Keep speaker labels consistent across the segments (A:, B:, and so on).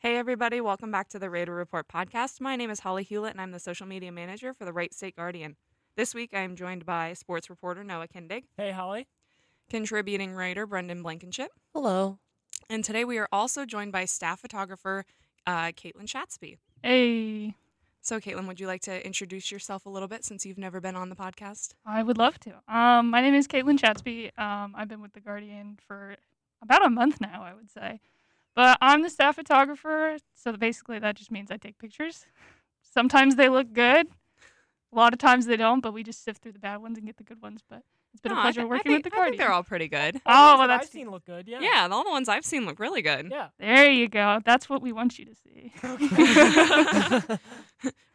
A: Hey, everybody, welcome back to the Raider Report podcast. My name is Holly Hewlett, and I'm the social media manager for the Wright State Guardian. This week, I am joined by sports reporter Noah Kindig,
B: Hey, Holly.
A: contributing writer Brendan Blankenship,
C: Hello.
A: and today we are also joined by staff photographer uh, Caitlin Shatsby.
D: Hey,
A: So, Caitlin, would you like to introduce yourself a little bit since you've never been on the podcast?
D: I would love to. Um, my name is Caitlin Chatsby. Um, I've been with The Guardian for about a month now, I would say. But I'm the staff photographer, so basically that just means I take pictures. Sometimes they look good, a lot of times they don't, but we just sift through the bad ones and get the good ones. But it's been
A: No,
D: a
A: I
D: pleasure
A: thi- I
D: working
A: think-
D: with The
A: I think
D: Guardian.
A: they're all pretty good.
B: Things
D: Oh, well,
B: that I've
D: that's
B: seen look good. Yeah.
A: Yeah. all the ones I've seen look really good.
B: Yeah.
D: there you go. That's what we want you to see.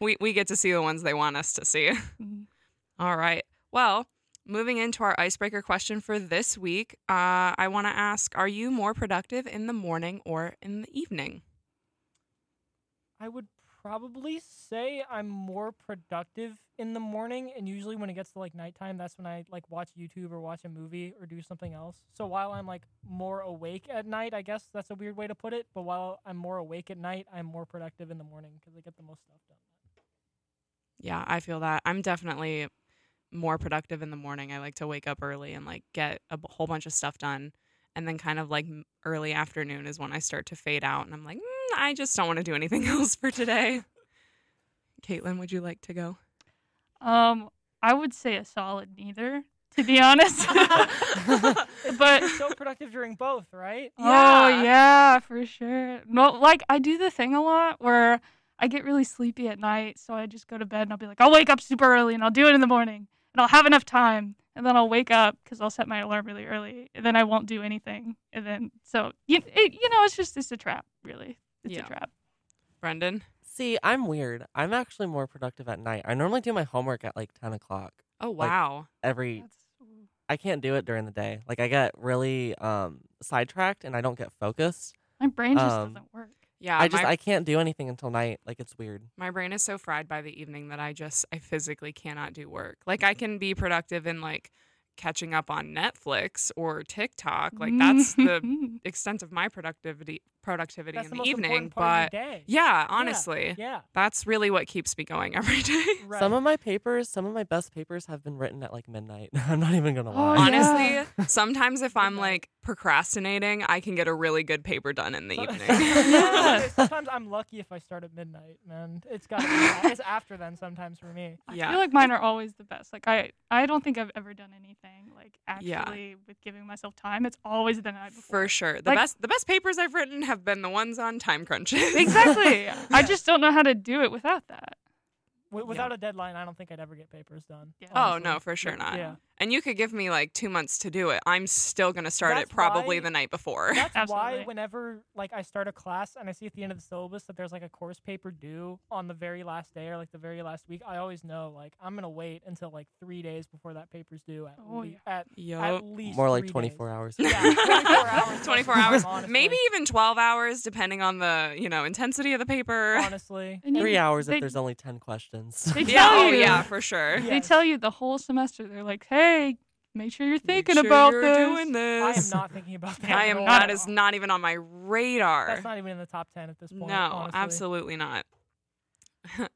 A: We, we get to see the ones they want us to see. All right. Well, moving into our icebreaker question for this week, uh, I want to ask Are you more productive in the morning or in the evening?
B: I would probably say I'm more productive in the morning, and usually when it gets to like nighttime, that's when I like watch YouTube or watch a movie or do something else. So while I'm like more awake at night, I guess that's a weird way to put it. But while I'm more awake at night, I'm more productive in the morning because I get the most stuff done.
A: Yeah, I feel that. I'm definitely more productive in the morning. I like to wake up early and like get a b- whole bunch of stuff done. And then, kind of like m- early afternoon, is when I start to fade out and I'm like, mm, I just don't want to do anything else for today. Caitlin, would you like to go?
D: Um, I would say a solid neither, to be honest. but
B: So productive during both, right?
D: Oh
A: Yeah.
D: yeah, for sure. No, like I do the thing a lot where I get really sleepy at night, so I just go to bed and I'll be like, I'll wake up super early and I'll do it in the morning and I'll have enough time and then I'll wake up because I'll set my alarm really early and then I won't do anything and then so you it, you know it's just it's a trap really. It's
A: Yeah.
D: a trap.
A: Brendan?
C: See, I'm weird. I'm actually more productive at night. I normally do my homework at like 10 o'clock
A: Oh,
C: Like-
A: wow.
C: every.
D: That's,
C: I can't do it during the day. Like I get really um sidetracked and I don't get focused.
D: my brain just
C: Um,
D: doesn't work.
A: yeah,
C: I just
A: my-
C: I can't do anything until night. Like it's weird.
A: my brain is so fried by the evening that I just I physically cannot do work. Like I can be productive in like catching up on Netflix or TikTok. Like that's the extent of my productivity productivity
B: That's
A: in
B: the
A: the,
B: most
A: evening.
B: important part
A: But
B: of your day.
A: yeah, honestly.
B: Yeah.
A: That's really what keeps me going every day.
B: Right.
C: Some of my papers, some of my best papers have been written at like midnight. I'm not even gonna
D: Oh,
C: lie.
D: yeah.
A: Honestly, sometimes if I'm
B: Midnight.
A: like procrastinating, I can get a really good paper done in the
B: So-
A: evening.
B: sometimes, sometimes I'm lucky if I start at midnight, man. It's got it's after then sometimes for me.
D: I
A: yeah.
D: feel like mine are always the best. Like I, I don't think I've ever done anything like
A: Yeah.
D: actually with giving myself time. It's always the night before.
A: For sure. The
D: Like-
A: best the best papers I've written have been the ones on time crunches.
D: Exactly. I just don't know how to do it without that.
B: W- without a deadline, I don't think I'd ever get papers done.
D: Yeah.
A: Oh
B: honestly.
A: no, for sure not.
B: Yeah.
A: And you could give me like two months to do it. I'm still gonna start
B: That's
A: it probably
B: why-
A: the night before.
B: That's why
D: Absolutely.
B: whenever like I start a class and I see at the end of the syllabus that there's like a course paper due on the very last day or like the very last week, I always know like I'm gonna wait until like three days before that paper's due at,
D: Oh,
B: le-
D: yeah.
B: at, at
A: Yup.
B: least
C: More like
B: three days.
C: 24 hours.
B: Yeah, 24 hours.
A: 24
B: most of the
A: hours,
B: time, honestly.
A: maybe even 12 hours, depending on the you know intensity of the paper.
B: Honestly,
D: And
C: Three
D: you-
C: hours if
D: they-
C: there's only 10 questions.
D: They
A: Yeah,
D: tell
A: oh
D: you.
A: yeah, for sure.
B: Yeah.
D: They
B: Yes.
D: tell you the whole semester. They're like, "Hey, make sure you're
A: Make
D: thinking
A: sure
D: about
A: you're
D: this."
A: doing
B: I am
A: this.
B: not thinking about that.
A: I
B: at
A: am
B: all.
A: not.
D: at
A: Is
D: all.
A: not even on my radar.
B: That's not even in the top ten at this point.
A: no,
B: honestly.
A: absolutely not.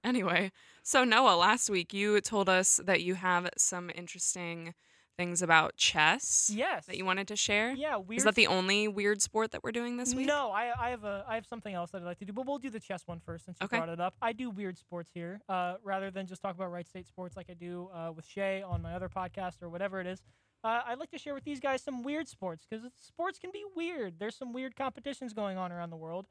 A: anyway, so Noah, last week you told us that you have some interesting things about chess
B: Yes.
A: that you wanted to share.
B: Yeah, weird.
A: Is that the only weird sport that we're doing this week?
B: No, I, I have a I have something else that I'd like to do, but we'll do the chess one first since you
A: Okay.
B: brought it up. I do weird sports here, uh, rather than just talk about Wright State sports like I do uh, with Shay on my other podcast or whatever it is. Uh, I'd like to share with these guys some weird sports because sports can be weird. There's some weird competitions going on around the world,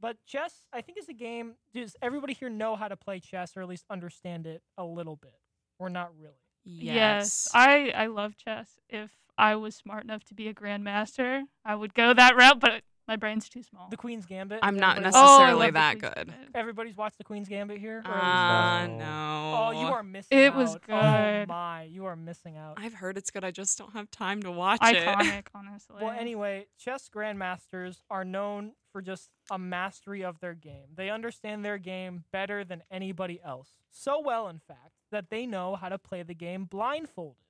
B: but chess I think is a game. Does everybody here know how to play chess or at least understand it a little bit, or not really?
D: Yes. I I love chess. If I was smart enough to be a grandmaster, I would go that route. But my brain's too small.
B: The Queen's Gambit.
A: I'm not
B: Everybody-
D: Oh, I
A: necessarily
D: love the
A: that
D: Queen's
A: good.
D: Gambit.
B: Everybody's watched the Queen's Gambit here. or at least-
A: Ah,
C: No.
A: no.
B: Oh, you are missing out.
D: It was
B: Oh
D: good.
B: my, you are missing out.
A: I've heard it's good. I just don't have time to watch it.
D: Iconic, honestly.
B: well, anyway, chess grandmasters are known for just a mastery of their game. They understand their game better than anybody else. So well, in fact, that they know how to play the game blindfolded.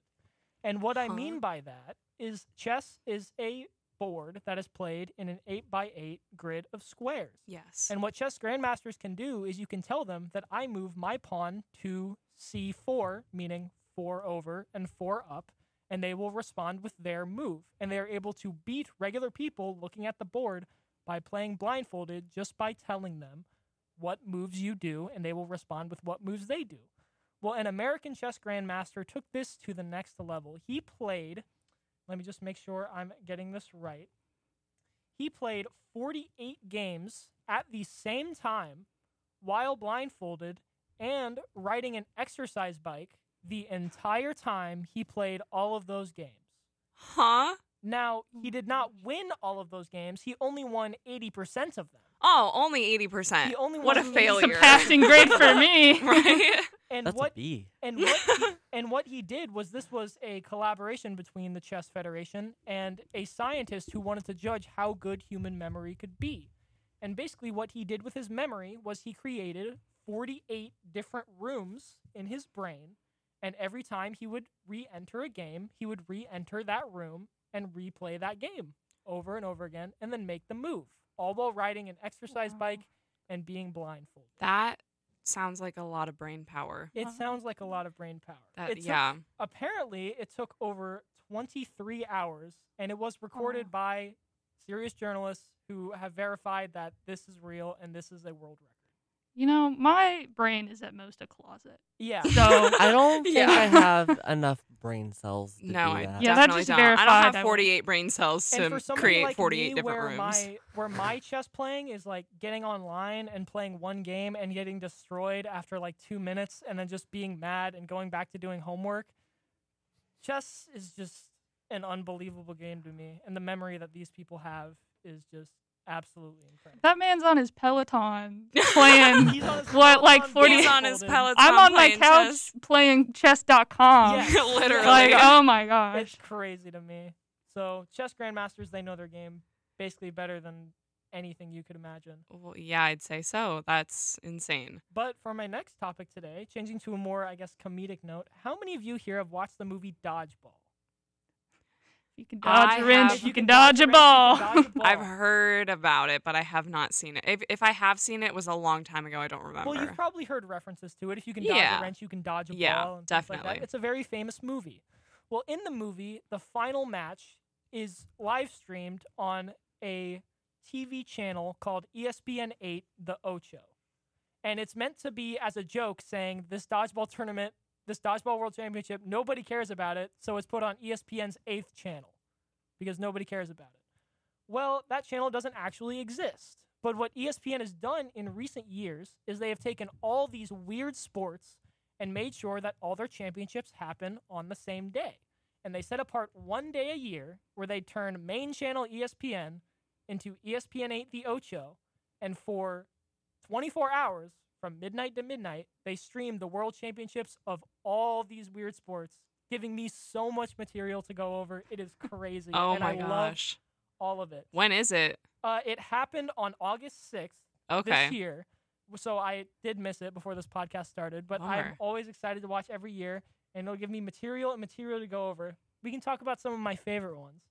B: And what I
A: Huh.
B: mean by that is chess is a board that is played in an 8 by 8 grid of squares.
A: Yes.
B: And what chess grandmasters can do is you can tell them that I move my pawn to c4, meaning four over and four up, and they will respond with their move. And they are able to beat regular people looking at the board by playing blindfolded just by telling them what moves you do, and they will respond with what moves they do. Well, an American chess grandmaster took this to the next level. He played, let me just make sure I'm getting this right. He played 48 games at the same time while blindfolded and riding an exercise bike the entire time he played all of those games.
A: huh?
B: Now, he did not win all of those games, he only won 80% of them.
A: Oh, only 80%.
B: He only
A: what a
B: won
D: It's a
A: failure.
D: passing grade for me.
A: right?
B: And
C: That's
B: what
C: a B.
B: and what he, and what he did was this was a collaboration between the chess federation and a scientist who wanted to judge how good human memory could be and basically what he did with his memory was he created 48 different rooms in his brain and every time he would re-enter a game he would re-enter that room and replay that game over and over again and then make the move all while riding an exercise
D: Wow.
B: bike and being blindfolded
A: That sounds like a lot of brain power.
B: it
D: Wow.
B: sounds like a lot of brain power
A: That,
B: It took
A: yeah.
B: apparently it took over 23 hours and it
A: Oh,
B: was recorded
D: wow.
B: by serious journalists who have verified that this is real and this is a world record
D: You know, my brain is at most a closet.
B: yeah
D: So
C: I don't think I
A: Yeah.
C: have enough brain cells to
A: No,
C: do
A: I
C: that.
D: Yeah, that
A: definitely
D: just
A: don't. I
D: verified
A: don't
D: I
A: have
D: won't.
A: 48 brain cells
B: and for
A: to
B: somebody
A: create
B: like
A: 48
B: me,
A: different
B: where
A: rooms.
B: my where my chess playing is like getting online and playing one game and getting destroyed after like two minutes and then just being mad and going back to doing homework chess is just an unbelievable game to me and the memory that these people have is just absolutely incredible
D: that man's on his Peloton playing.
B: He's on his
D: What, like
B: Peloton
D: 40
A: He's on his Peloton.
B: blindfolded.
D: I'm on my
A: playing
D: couch
A: chess.
D: playing chess.com.
B: Yes.
A: Literally.
D: Like, oh my
B: It's
D: gosh.
B: crazy to me. So chess grandmasters, they know their game basically better than anything you could imagine.
A: Well, yeah, I'd say so. That's insane.
B: But for my next topic today, changing to a more, I guess, comedic note, how many of you here have watched the movie Dodgeball?
D: You can dodge
A: I
D: a
A: have-
D: wrench, you can dodge a ball.
B: wrench, you can dodge a
A: I've
B: ball.
A: heard about it, but I have not seen it. If, if I have seen it, it was a long time ago. I don't remember.
B: Well, you've probably heard references to it. If you can dodge
A: Yeah.
B: a wrench, you can dodge a
A: Yeah,
B: ball. And things Like
A: definitely.
B: that. It's a very famous movie. Well, in the movie, the final match is live streamed on a TV channel called E ESPN 8, The Ocho. And it's meant to be as a joke saying this dodgeball tournament, this dodgeball world championship, nobody cares about it. So it's put on E ESPN's 8th channel because nobody cares about it. Well, that channel doesn't actually exist. But what E ESPN has done in recent years is they have taken all these weird sports and made sure that all their championships happen on the same day. And they set apart one day a year where they turn main channel E ESPN into E ESPN 8 The Ocho. And for 24 hours, from midnight to midnight, they stream the world championships of all these weird sports, giving me so much material to go over. It is crazy.
A: oh
B: and
A: my
B: I love
A: gosh.
B: all of it.
A: When is it?
B: Uh, it happened on August 6th
A: Okay.
B: this year. So I did miss it before this podcast started, but I'm
A: Bummer.
B: always excited to watch every year, and it'll give me material and material to go over. We can talk about some of my favorite ones.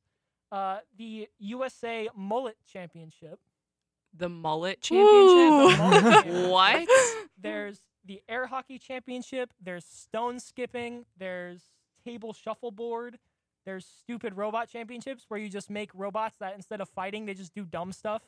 B: Uh, the USA Mullet Championship.
A: The Mullet
D: Ooh.
A: Championship? what?
B: There's the Air Hockey Championship. There's Stone Skipping. There's Table Shuffleboard. There's Stupid Robot Championships, where you just make robots that instead of fighting, they just do dumb stuff.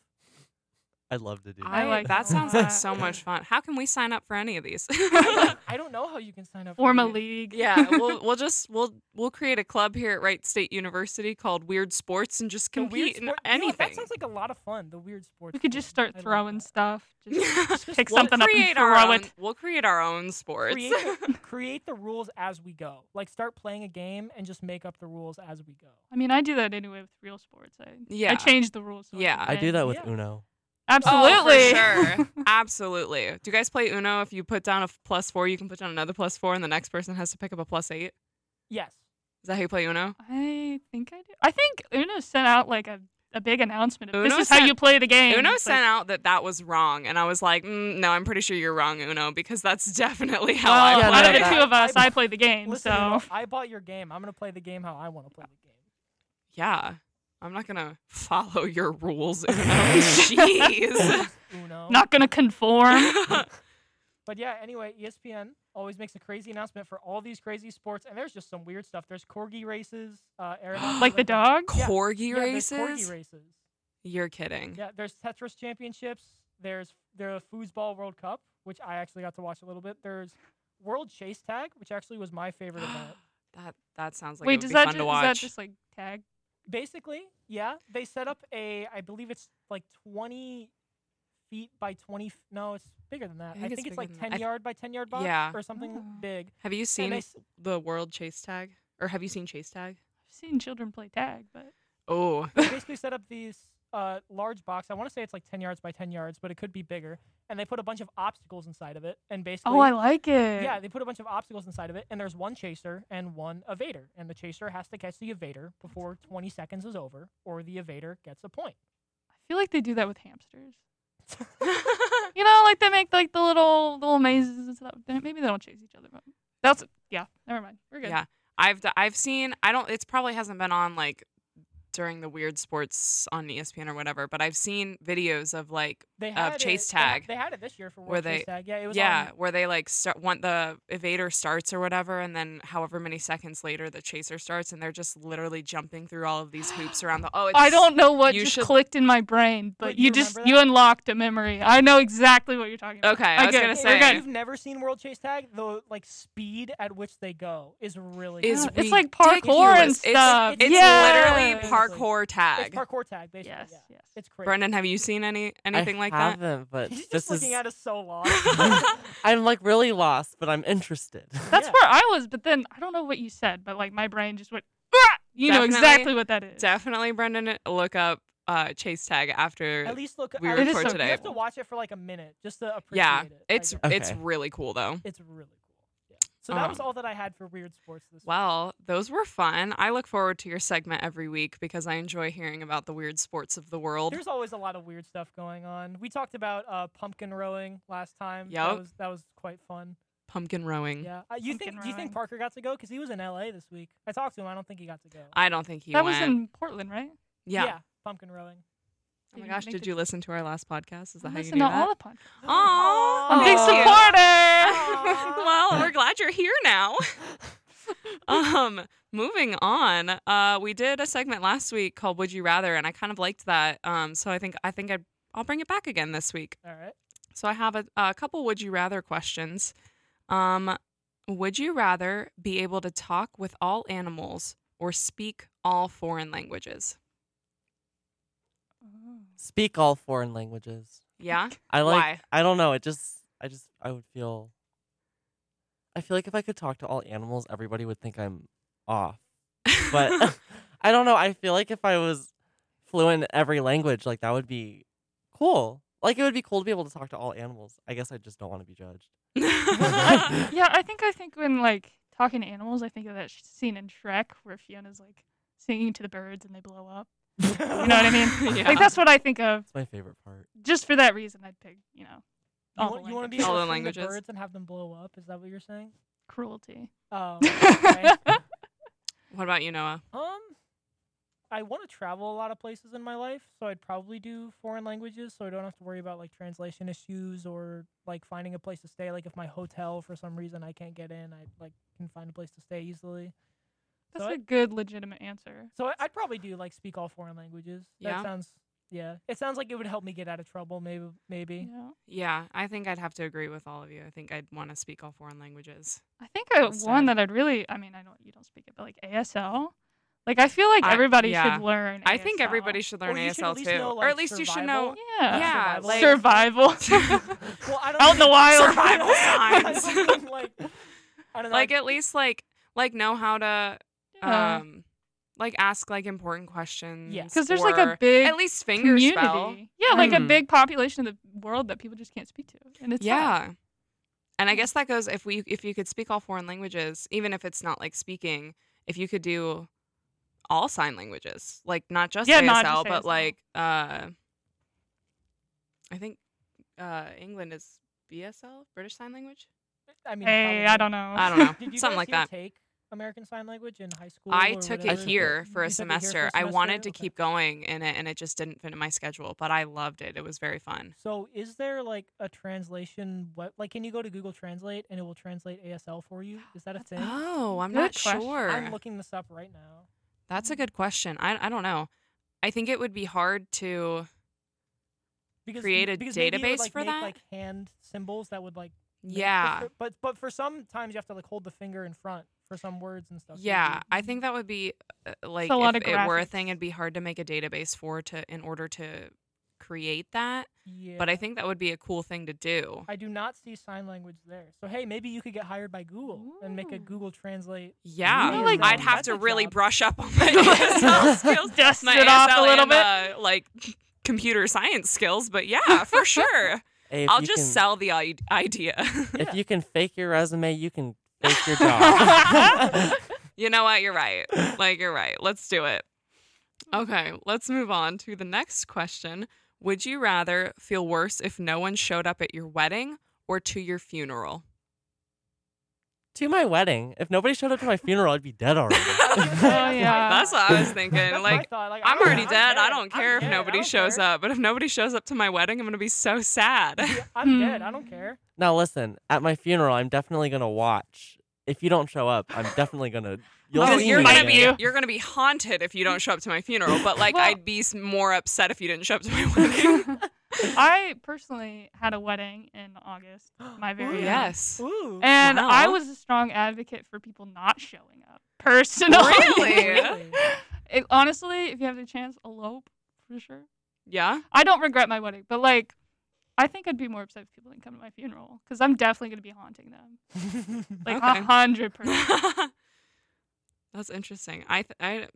C: I love to do
A: I,
D: I like
A: that sounds like
D: that.
A: so much fun. How can we sign up for any of these?
B: I don't know how you can sign up. for
D: Form a
B: these.
D: league.
A: yeah, we'll we'll just we'll we'll create a club here at Wright State University called Weird Sports and just
B: The weird
A: compete in
B: sport- you know what,
A: anything.
B: that sounds like a lot of fun. The weird sports.
D: We could just
B: one.
D: start
B: I love
D: throwing
B: that.
D: stuff. Just, just
B: Just
D: pick
A: We'll
D: something up and
A: create
D: throw
A: our own,
D: it.
A: We'll create our own sports.
B: Create the, create the rules as we go. Like start playing a game and just make up the rules as we go.
D: I mean, I do that anyway with real sports. I,
A: Yeah.
D: I change the rules. so I
A: Yeah.
D: can
C: I do
D: win.
C: that with
B: Yeah.
C: Uno.
D: Absolutely.
A: Oh, for sure. Absolutely. Do you guys play Uno? If you put down a f- plus four, you can put down another plus four, and the next person has to pick up a plus eight.
B: Yes.
A: Is that how you play Uno?
D: I think I do. I think Uno sent out like a, a big announcement. Of, this
A: Uno
D: is how
A: sent-
D: you play the game.
A: Uno
D: It's like,
A: sent out that that was wrong, and I was like, mm, no, I'm pretty sure you're wrong, Uno, because that's definitely how
D: Well,
A: I
C: Yeah,
A: play.
D: out of
C: no,
D: the
C: that-
D: two of us,
B: I-
D: I play the game.
B: Listen,
D: so
B: Uno, I bought your game. I'm gonna play the game how I want to play the game.
A: yeah. I'm not gonna follow your rules. Uno. Jeez.
B: Uno.
D: Not gonna conform.
B: But yeah, anyway, E ESPN always makes a crazy announcement for all these crazy sports, and there's just some weird stuff. There's corgi races, uh, aeronautics
D: like the
B: Olympics-
D: dog.
B: Yeah.
A: corgi
B: Yeah, there's
A: races?
B: corgi races.
A: You're kidding.
B: Yeah, there's Tetris Championships. There's the Foosball World Cup, which I actually got to watch a little bit. There's World Chase Tag, which actually was my favorite event.
A: That that sounds like it
D: Wait,
A: would
D: does
A: be
D: that,
A: fun
D: ju-
A: to
D: is that
A: watch.
D: just like tag?
B: Basically, yeah, they set up a, I believe it's like 20 feet by 20. F- no, it's bigger than that. I
A: I
B: think,
A: think it's
B: it's
A: bigger
B: like
A: than that.
B: 10
A: I th-
B: yard by 10 yard box
A: Yeah.
B: or something
D: Oh.
B: big.
A: have you
B: And
A: seen
B: they s-
A: the World Chase Tag? Or have you seen Chase Tag?
D: I've seen children play tag, but
A: Oh,
B: they basically set up these uh, large box. I want to say it's like 10 yards by 10 yards, but it could be bigger. And they put a bunch of obstacles inside of it. And basically,
D: oh, I like it.
B: yeah, they put a bunch of obstacles inside of it. And there's one chaser and one evader. And the chaser has to catch the evader before 20 seconds is over, or the evader gets a point.
D: I feel like they do that with hamsters. You know, like they make like the little little mazes and stuff. Then Maybe they don't chase each other, but that's yeah. Never mind. We're good.
A: Yeah. I've d- I've seen. I don't. It's probably hasn't been on like during the weird sports on E ESPN or whatever. But I've seen videos of like
B: They
A: Of
B: had
A: chase
B: it, they ha-
A: tag.
B: They, had it this year for World
A: Where
B: Chase
A: they-
B: Tag. Yeah, it was
A: yeah,
B: on-
A: where they like start want the evader starts or whatever, and then however many seconds later the chaser starts, and they're just literally jumping through all of these hoops around the. Oh, it's,
D: I don't know what
A: you
D: just
A: should-
D: clicked in my brain, but
B: Wait,
D: you,
B: you
D: just
B: remember
D: you
B: that?
D: unlocked a memory. I know exactly what you're talking about.
A: Okay, I was
D: Okay,
A: gonna
D: okay,
A: say
D: we're
B: if
D: good.
B: you've never seen World Chase Tag, the like speed at which they go is really
A: Is
D: Yeah,
B: fast.
D: it's like
A: ridiculous.
D: parkour and
A: It's-
D: stuff.
A: It's
D: yeah.
A: literally parkour tag.
B: it's parkour tag basically.
D: Yes,
B: Yeah.
D: yes.
B: It's crazy.
A: Brendan, have you seen any anything
C: I
A: like
C: haven't,
A: that?
C: But
B: He's
C: this
B: just looking
C: is,
B: at us so long.
C: I'm like really lost, but I'm interested.
D: That's
B: Yeah.
D: where I was, but then I don't know what you said, but like my brain just went. "Ah!" You know
A: Definitely-
D: exactly what that is.
A: Definitely, Brendan, look up uh, chase tag after.
B: at least look.
A: We
B: I-
A: were
D: It is
A: for
D: so
A: today.
B: You have to watch it for like a minute just to appreciate
A: yeah,
B: it. I
A: it's
B: guess.
A: it's
C: Okay.
A: really cool though.
B: it's really cool. Yeah. So that was
A: Um,
B: all that I had for weird sports this week.
A: Well, those were fun. I look forward to your segment every week because I enjoy hearing about the weird sports of the world.
B: There's always a lot of weird stuff going on. We talked about uh, pumpkin rowing last time. That
A: Yup. Mm-hmm.
B: was that was quite fun.
A: Pumpkin rowing.
B: Yeah. Uh, you think
D: Pumpkin
B: do you think
D: rowing.
B: Parker got to go? Because he was in L.A. this week. I talked to him. I don't think he got to go.
A: I don't think he
D: that
A: went.
D: was in Portland, right?
A: yeah.
B: Pumpkin rowing.
A: Oh my
D: Didn't
A: gosh,
D: make
A: did
D: the-
A: you listen to our last podcast? Is that
D: I
A: how you do
D: listen to
A: that?
D: all the podcasts.
A: Aw,
D: I'm a big
A: Aw.
B: Thank you.
D: supporter.
B: Aw.
A: well, we're glad you're here now. um, moving on. Uh, we did a segment last week called "Would You Rather," and I kind of liked that. Um, so I think I think I'd, I'll bring it back again this week.
B: All right.
A: So I have a, a couple would you rather questions. Um, would you rather be able to talk with all animals or speak all foreign languages?
D: Oh.
C: Speak all foreign languages.
A: Yeah.
C: I like.
A: Why?
C: I don't know. It just. I just. I would feel. I feel like if I could talk to all animals, everybody would think I'm off. But I don't know. I feel like if I was fluent in every language, like that would be cool. Like it would be cool to be able to talk to all animals. I guess I just don't want to be judged.
D: I- yeah, I think I think when like talking to animals, I think of that sh- scene in Shrek where Fiona's like singing to the birds and they blow up. You know what I mean?
A: Yeah.
D: Like that's what I think of.
C: It's my favorite part.
D: Just for that reason, I'd pick you know
B: You,
D: all
B: want,
D: the
B: you want to be
D: languages.
A: All the
B: able to sing
A: languages.
B: birds and have them blow up? Is that what you're saying?
D: cruelty.
B: Oh. okay.
A: what about you, Noah?
B: Um, I want to travel a lot of places in my life, so I'd probably do foreign languages, so I don't have to worry about like translation issues or like finding a place to stay. Like if my hotel for some reason I can't get in, I like can find a place to stay easily.
D: That's
B: So I-
D: a good legitimate answer.
B: So I, I'd probably do like speak all foreign languages.
A: Yeah.
B: That sounds yeah. It sounds like it would help me get out of trouble. Maybe maybe.
D: Yeah.
A: Yeah, I think I'd have to agree with all of you. I think I'd want to speak all foreign languages.
D: I think I,
A: That's
D: one
A: sad.
D: that I'd really. I mean, I know you don't speak it, but like ASL. Like I feel like
A: I-
D: everybody
A: yeah.
D: should learn.
A: I think
D: ASL.
A: everybody should learn
B: Or you
A: ASL
B: should at least
A: too.
B: know,
A: or
B: like,
A: at least you should know.
D: Yeah.
A: Yeah,
B: Survival.
A: like
D: Survival.
B: Well, I don't
D: Out in the
B: know.
D: wild.
A: Survival
B: I
A: signs.
B: don't know, like, I don't know.
A: like at least like like know how to
D: Yeah.
A: um like ask like important questions.
D: Because there's like a
A: or
D: big
A: at least finger
D: community.
A: spell. Hmm.
D: Yeah, like a
C: Mhm.
D: big population of the world that people just can't speak to, and it's sad.
A: yeah. And I guess that goes if we if you could speak all foreign languages, even if it's not like speaking, if you could do all sign languages, like not just
D: Yeah,
A: ASL,
D: not just
A: but
D: ASL.
A: like uh I think uh England is BSL, British Sign Language.
B: I mean,
D: Hey,
B: probably.
D: I don't know.
A: I don't know.
B: Did you
A: Something
B: guys
A: like
B: see a
A: that.
B: Take American Sign Language in high school?
A: I
B: or
A: took
B: whatever?
A: it here for a
B: You took it here for a
A: semester. I wanted to
B: semester? Okay.
A: keep going in it and it just didn't fit in my schedule, but I loved it. It was very fun.
B: So is there like a translation? What like can you go to Google Translate and it will translate ASL for you? Is that a thing?
A: Oh, I'm
D: Good
A: not
D: question.
A: sure.
B: I'm looking this up right now.
A: That's a good question. I, I don't know. I think it would be hard to.
B: Because
A: Create a
B: because maybe it would,
A: database
B: like,
A: for
B: make,
A: that?
B: Like hand symbols that would like. make- but
A: Yeah.
B: for- But but for some times you have to like hold the finger in front for some words and stuff. so it'd
A: Yeah.
B: be-
A: I think that would be uh, like
D: a lot
A: if
D: of
A: it were a
D: graphics.
A: thing, it'd be hard to make a database for to in order to create that.
B: Yeah.
A: But I think that would be a cool thing to do.
B: I do not see sign language there. So hey, maybe you could get hired by Google and make a
D: Ooh.
B: Google Translate.
A: Yeah,
D: Yeah, like-
A: I'd have
B: that's
A: to
B: a
A: really
B: job.
A: brush up on my ASL skills,
D: Dust
A: my
D: it off
A: ASL
D: a little
A: and,
D: bit.
A: uh, like computer science skills. But yeah, for sure,
C: Hey, if
A: I'll
C: you
A: just
C: can,
A: sell the i- idea.
C: If you can fake your resume, you can fake your job.
A: you know what? You're right. Like you're right. Let's do it. Okay, let's move on to the next question. Would you rather feel worse if no one showed up at your wedding or to your funeral?
C: to my wedding. If nobody showed up to my funeral, I'd be dead already.
D: Oh, yeah.
A: That's what I was thinking.
B: Uh, That's my
A: like
B: thought. Like,
A: I'm
B: don't-
A: already dead. I
B: I'm
A: don't care if
B: dead. I
A: nobody
B: don't
A: shows
B: care.
A: up, but if nobody shows up to my wedding, I'm going to be so sad.
B: Yeah, I'm
D: Hmm.
B: dead. I don't care.
C: now listen, at my funeral, I'm definitely gonna watch. If you don't show up, I'm definitely gonna. You'll
D: Oh,
C: see
A: you're
C: me
A: gonna
D: Might
A: be
C: there.
D: you.
A: you're gonna be haunted if you don't show up to my funeral. But like,
D: Well-
A: I'd be s- more upset if you didn't show up to my wedding. uh,
D: I personally had a wedding in August, my very
B: Ooh.
D: own.
A: yes.
B: Ooh.
D: and I
A: Wow.
D: was a strong advocate for people not showing up personally.
A: Really?
D: It- honestly, if you have the chance, elope for sure.
A: Yeah.
D: I don't regret my wedding, but like, I think I'd be more upset if people didn't come to my funeral because I'm definitely gonna be haunting them, like
A: Okay.
D: a hundred percent.
A: That's interesting. I th- I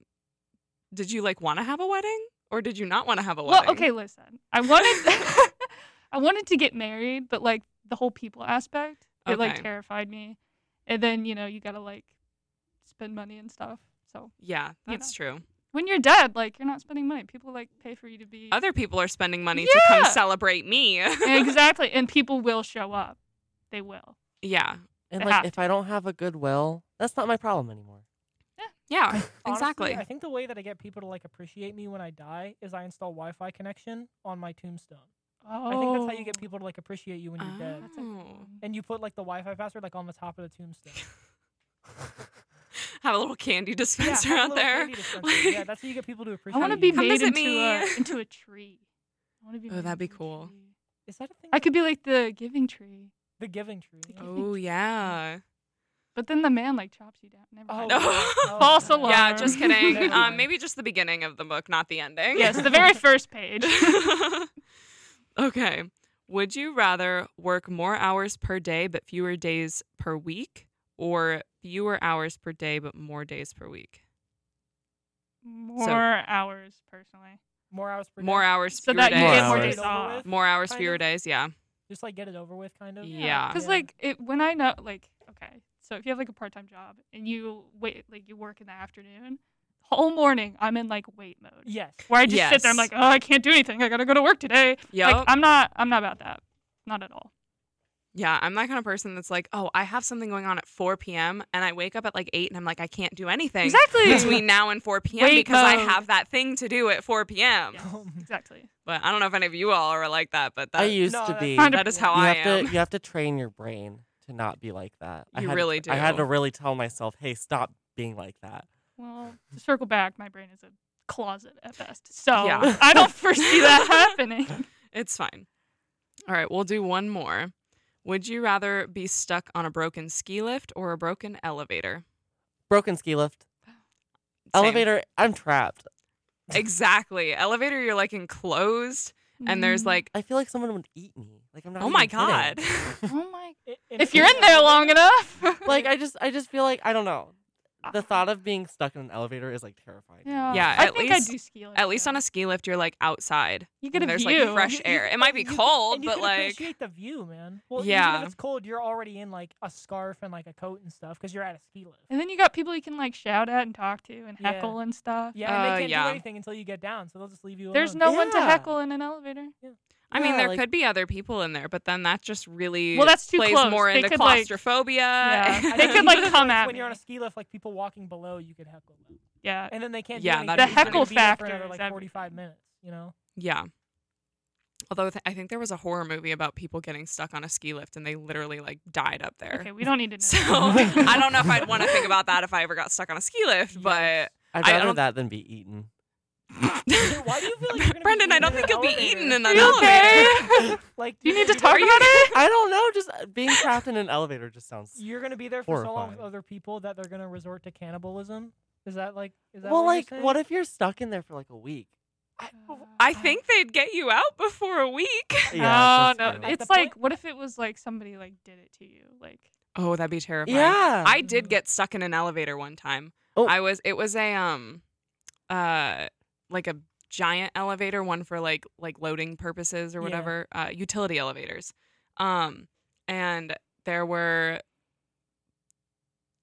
A: did you like want to have a wedding or did you not want to have a
D: Well,
A: wedding?
D: okay, listen, I wanted, I wanted to get married, but like the whole people aspect, it like
A: Okay.
D: terrified me, and then you know you gotta like spend money and stuff. So
A: Yeah,
D: You
A: that's true.
D: when you're dead, like you're not spending money. People like pay for you to be
A: Other people are spending money to come
D: Yeah.
A: celebrate me.
D: exactly, and people will show up. They will.
A: yeah.
C: and
D: They
C: like,
D: have
C: if I don't have a good will, that's not my problem anymore.
A: Yeah.
B: Honestly,
A: Exactly.
B: I think the way that I get people to like appreciate me when I die is I install Wi-Fi connection on my tombstone.
D: Oh, Ah.
B: I think that's how you get people to like appreciate you when you're dead.
D: That's a good
A: Oh.
D: one.
B: And you put like the Wi-Fi password like on the top of the tombstone.
A: Have a little candy
B: yeah,
A: dispenser
B: have a
A: out
B: little
A: there.
B: candy dispenser. yeah,
A: Like-
B: that's how you get people to appreciate.
D: I want to
B: you.
D: be
A: Come
D: made
A: visit
D: into a,
A: me.
D: into a tree. I want to be.
A: Oh,
D: made
A: that'd be
D: into a
A: cool.
D: tree.
B: Is that a thing?
D: I could be like the giving tree,
B: the Giving Tree.
D: Like,
A: Oh yeah.
D: but then the man like chops you down. Never mind.
A: No.
B: Oh,
D: False
B: God.
D: alarm.
A: Yeah, just kidding.
B: Never
A: um,
B: mind.
A: maybe just the beginning of the book, not the ending.
D: yes, the very first page.
A: okay. Would you rather work more hours per day but fewer days per week or fewer hours per day but more days per week?
D: More hours, personally.
B: More hours per
A: More
B: day.
A: hours,
D: So
A: fewer
D: that you
A: days.
C: More
D: get more
C: hours.
D: days off.
A: More hours,
B: kind
A: fewer
B: of.
A: days, yeah.
B: Just like get it over with, kind of.
A: Yeah.
D: Because like it when I know like okay, so if you have like a part time job and you wait like you work in the afternoon, whole morning I'm in like wait mode.
B: Yes.
D: Where I just sit there,
A: Yes.
D: I'm like, oh, I can't do anything. I gotta go to work today.
A: Yep.
D: Like I'm not, I'm not about that, not at all.
A: yeah, I'm that kind of person that's like, oh, I have something going on at 4 p.m. and I wake up at like 8 and I'm like, I can't do anything
D: Exactly.
A: between now and 4 p.m.
D: Wait
A: because I
D: mode.
A: have that thing to do at 4 p.m.
D: Yes, exactly.
A: But I don't know if any of you all are like that, but
C: I
A: that,
C: used
B: No,
C: to
B: that's-
C: be.
D: Hundred
A: that is how
C: you
A: I
C: have
A: am.
C: to you have to train your brain to not be like that. I
A: You
C: had,
A: really
C: I had
A: do.
C: to really tell myself, "Hey, stop being like that."
D: Well, to circle back, my brain is a closet at best, so
A: Yeah.
D: I don't foresee that happening.
A: It's fine. All right, we'll do one more. Would you rather be stuck on a broken ski lift or a broken elevator?
C: Broken ski lift,
A: Same.
C: elevator. I'm trapped.
A: Exactly. Elevator, you're like enclosed, and there's
D: Mm.
A: like,
C: I feel like someone would eat me. Like I'm not.
A: oh my
C: even kidding.
A: God.
D: oh my,
B: I-
D: if you're in there long enough.
C: like I just I just feel like I don't know. The thought of being stuck in an elevator is like terrifying.
D: Ah. Yeah,
A: Yeah,
D: I
A: at
D: think
A: least-
D: I do ski. Like
A: At least
D: that.
A: on a ski lift, you're like outside.
D: you get a
A: there's
D: view.
A: like fresh
B: You- you-
A: air. It might be
B: you can-
A: cold,
B: and you
A: but
B: can
A: like,
B: appreciate the view, man. Well, even
A: Yeah.
B: if it's cold, you're already in like a scarf and like a coat and stuff because you're at a ski lift.
D: And then you got people you can like shout at and talk to and
B: Yeah.
D: heckle and stuff.
B: Yeah, and
A: Uh,
B: they can't
A: yeah.
B: do anything until you get down, so they'll just leave you
D: There's
B: alone.
D: no one to
C: Yeah.
D: heckle in an elevator.
A: I mean,
C: Yeah,
A: there
C: like-
A: could be other people in there, but then that just really
D: Well, that's too
A: plays
D: close.
A: more
D: They
A: into
D: could, like-
A: claustrophobia.
D: Yeah.
B: I
D: They
B: think
D: could, like,
B: usually
D: come
B: when-
D: at
B: when you're on a
D: me.
B: ski lift, like people walking below, you could heckle them,
D: Yeah.
B: and then they can't.
A: Yeah,
B: do
A: that'd
B: anything.
A: be
B: They're gonna
A: funny.
B: be there for
D: The
B: another,
D: heckle
B: like
D: factor is
B: forty-five minutes. You know,
A: Yeah. Although th- I think there was a horror movie about people getting stuck on a ski lift and they literally like died up there.
D: Okay, we don't need to know.
A: So I don't know if I'd want to think about that if I ever got stuck on a ski lift, but
C: I'd
A: I
C: rather
A: don't-
C: that than be eaten.
B: Dude, why do you feel like you're gonna be
A: Brendan, I
B: eaten
A: don't
B: in an
A: think you'll be
B: elevator?
A: eaten in
D: Are
A: an
D: you
A: elevator.
D: okay?
B: like
D: Do you need to
B: you're
D: talk about
B: gonna-
D: it?
C: I don't know. Just uh, being trapped in an elevator just sounds.
B: You're gonna be there for so long with
C: Horrifying.
B: other people that they're gonna resort to cannibalism. Is that like? Is that
C: Well,
B: what
C: like,
B: you're
C: what
B: saying?
C: if you're stuck in there for like a week?
A: I think they'd get you out before a week.
D: No,
C: that's
D: no.
C: true.
B: At
D: It's
B: the
D: like,
B: point-
D: what if it was like somebody like did it to you? Like,
A: Oh, that'd be terrifying.
C: yeah.
A: I did get stuck in an elevator one time.
C: Oh.
A: I was it was a um uh like a giant elevator, one for like like loading purposes or
B: Yeah.
A: whatever, uh utility elevators. Um and there were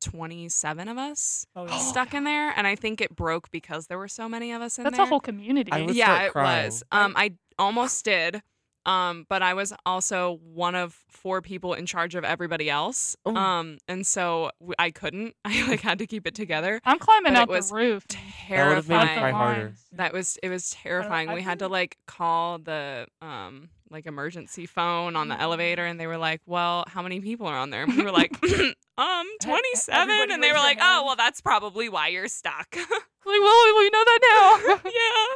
A: 27 of us
B: Oh, yeah.
C: Oh,
A: stuck in there and I think it broke because there were so many of us in
D: that's
A: there
D: a whole community.
C: I would
A: yeah,
C: start
A: it
C: crying.
A: was. Um, I almost did. Um, but I was also one of four people in charge of everybody else.
C: Oh.
A: Um, and so w- I couldn't. I like had to keep it together.
D: I'm climbing
A: But it
D: out
A: was
D: the roof.
C: That would have made me cry
D: Up the
A: Terrifying.
C: harder.
D: lines.
A: That was it was terrifying.
B: I
A: We had to
B: think-
A: like call the um like emergency phone on the
B: Yeah.
A: elevator, and they were like, "Well, how many people are on there?" And we were like, "Um, 27."
B: everybody
A: And they were
B: raised e, their
A: like, "Oh,
B: hand."
A: well, that's probably why you're stuck." yeah.
D: Like, well, we know that now. I,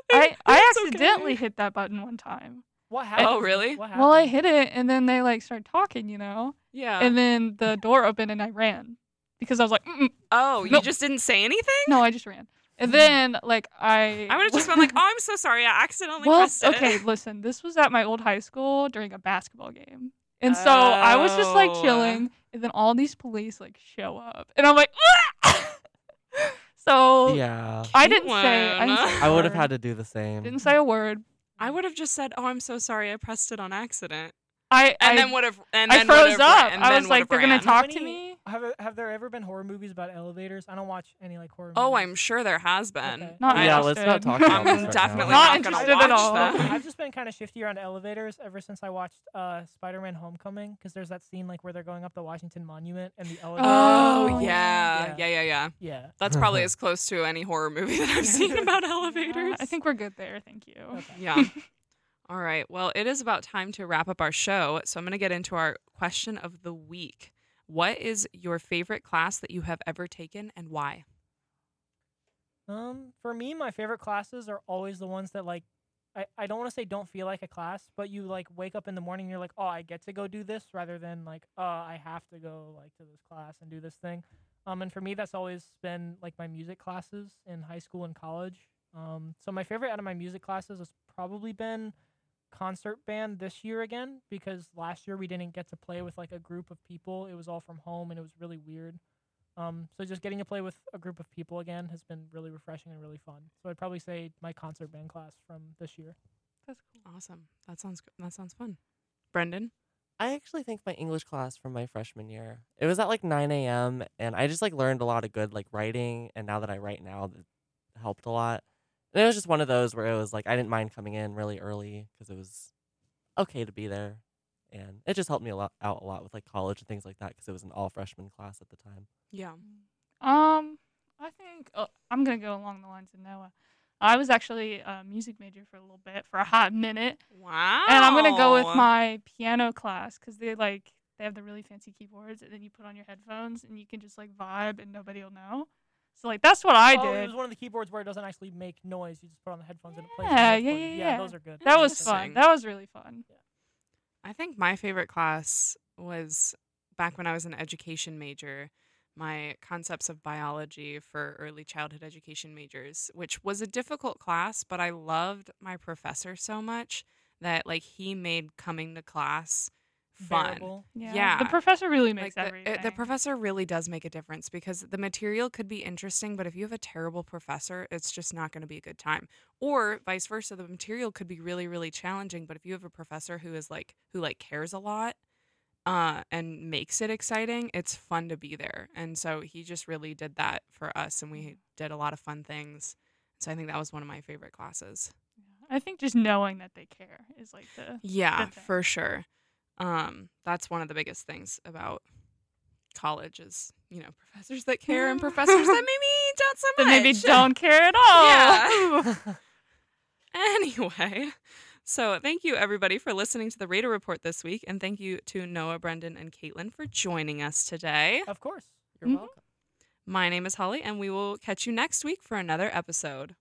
D: I
A: it's okay.
D: accidentally hit that button one time.
B: What happened?
A: Oh, really?
B: What
D: Well, I
B: happened?
D: hit it, and then they like started talking, you know,
A: Yeah.
D: and then the door opened, and I ran because I was like, Mm-mm.
A: oh, you
D: Nope.
A: just didn't say anything.
D: no, I just ran. And then like I,
A: I would have just been like, "Oh, I'm so sorry, I accidentally
D: well,
A: pressed it."
D: okay, listen, this was at my old high school during a basketball game, and so I was just like
A: Oh.
D: chilling, and then all these police like show up, and I'm like, "Ah!" so
C: Yeah.
D: I didn't say, I didn't
A: Caitlin.
D: say, a
C: I would have
D: word.
C: had to do the same.
D: didn't say a word.
A: I would have just said, "Oh, I'm so sorry, I pressed it on accident,"
D: I
A: and
D: I,
A: then would have, and
D: I
A: then
D: froze
A: would've
D: up.
A: ran- and
D: I
A: then
D: was like,
A: would've
D: they're gonna
A: ran.
D: talk to
B: many-
D: me.
B: Have uh, have there ever been horror movies about elevators? I don't watch any like horror.
A: Oh,
B: movies.
A: I'm sure there has been.
B: Okay.
D: Not
A: I-
C: yeah,
D: interested.
C: let's not talk
A: I'm
C: about this right
A: definitely
C: now.
A: not,
D: Not
A: gonna
D: interested at
A: watch
D: all.
A: that.
B: I've just been kind of shifty around elevators ever since I watched uh, Spider-Man: Homecoming because there's that scene like where they're going up the Washington Monument and the elevator.
A: Oh
D: Oh,
A: yeah,
B: yeah.
A: yeah, yeah, yeah.
B: Yeah.
A: That's probably as close to any horror movie that I've seen about elevators.
D: I think we're good there. Thank you.
B: Okay.
A: Yeah. All right. Well, it is about time to wrap up our show. So I'm going to get into our question of the week. What is your favorite class that you have ever taken and why?
B: Um, for me, my favorite classes are always the ones that like I, I don't want to say don't feel like a class, but you like wake up in the morning and you're like, oh, I get to go do this rather than like, oh, I have to go like to this class and do this thing. Um, and for me, that's always been like my music classes in high school and college. Um, so my favorite out of my music classes has probably been concert band this year again because last year we didn't get to play with like a group of people. It was all from home and it was really weird. Um, so just getting to play with a group of people again has been really refreshing and really fun. So I'd probably say my concert band class from this year.
D: That's cool.
A: Awesome. That sounds good. That sounds fun. Brendan?
C: I actually think my English class from my freshman year. It was at like 9 a.m. and I just like learned a lot of good like writing. And now that I write now, that helped a lot. And it was just one of those where it was like I didn't mind coming in really early because it was okay to be there, and it just helped me a lot out a lot with like college and things like that because it was an all freshman class at the time.
A: Yeah.
D: Um, I think uh, I'm gonna go along the lines of Noah. I was actually a music major for a little bit, for a hot minute,
A: Wow.
D: and I'm gonna go
A: Oh.
D: with my piano class because they like they have the really fancy keyboards, and then you put on your headphones and you can just like vibe, and nobody will know. So like that's what I
B: oh, it
D: did.
B: was one of the keyboards where it doesn't actually make noise. You just put on the headphones and it plays.
D: Yeah,
B: music
D: yeah,
B: for you.
D: yeah,
B: yeah.
D: yeah.
B: Those are good.
D: That was
A: Interesting.
D: fun. That was really fun.
A: I think my favorite class was back when I was an education major, my concepts of biology for early childhood education majors, which was a difficult class, but I loved my professor so much that like he made coming to class fun.
B: Bearable.
A: Yeah.
D: The professor really
A: Like
D: makes
A: the,
D: everything.
A: it- the professor really does make a difference because the material could be interesting, but if you have a terrible professor, it's just not going to be a good time. Or vice versa, the material could be really, really challenging, but if you have a professor who is like who like cares a lot uh, and makes it exciting, it's fun to be there. And so he just really did that
D: Mm.
A: for us, and we did a lot of fun things. So I think that was one of my favorite classes.
D: I I think just knowing that they care is like the
A: Yeah,
D: Good thing.
A: for sure. Um, that's one of the biggest things about college is, you know, professors that care and professors that maybe don't so
D: that
A: much.
D: maybe don't care at all.
A: Yeah. Anyway, so thank you everybody for listening to the Raider Report this week, and thank you to Noah, Brendan, and Caitlin for joining us today.
B: Of course.
C: You're
D: Mhm.
C: welcome.
A: My name is Holly, and we will catch you next week for another episode.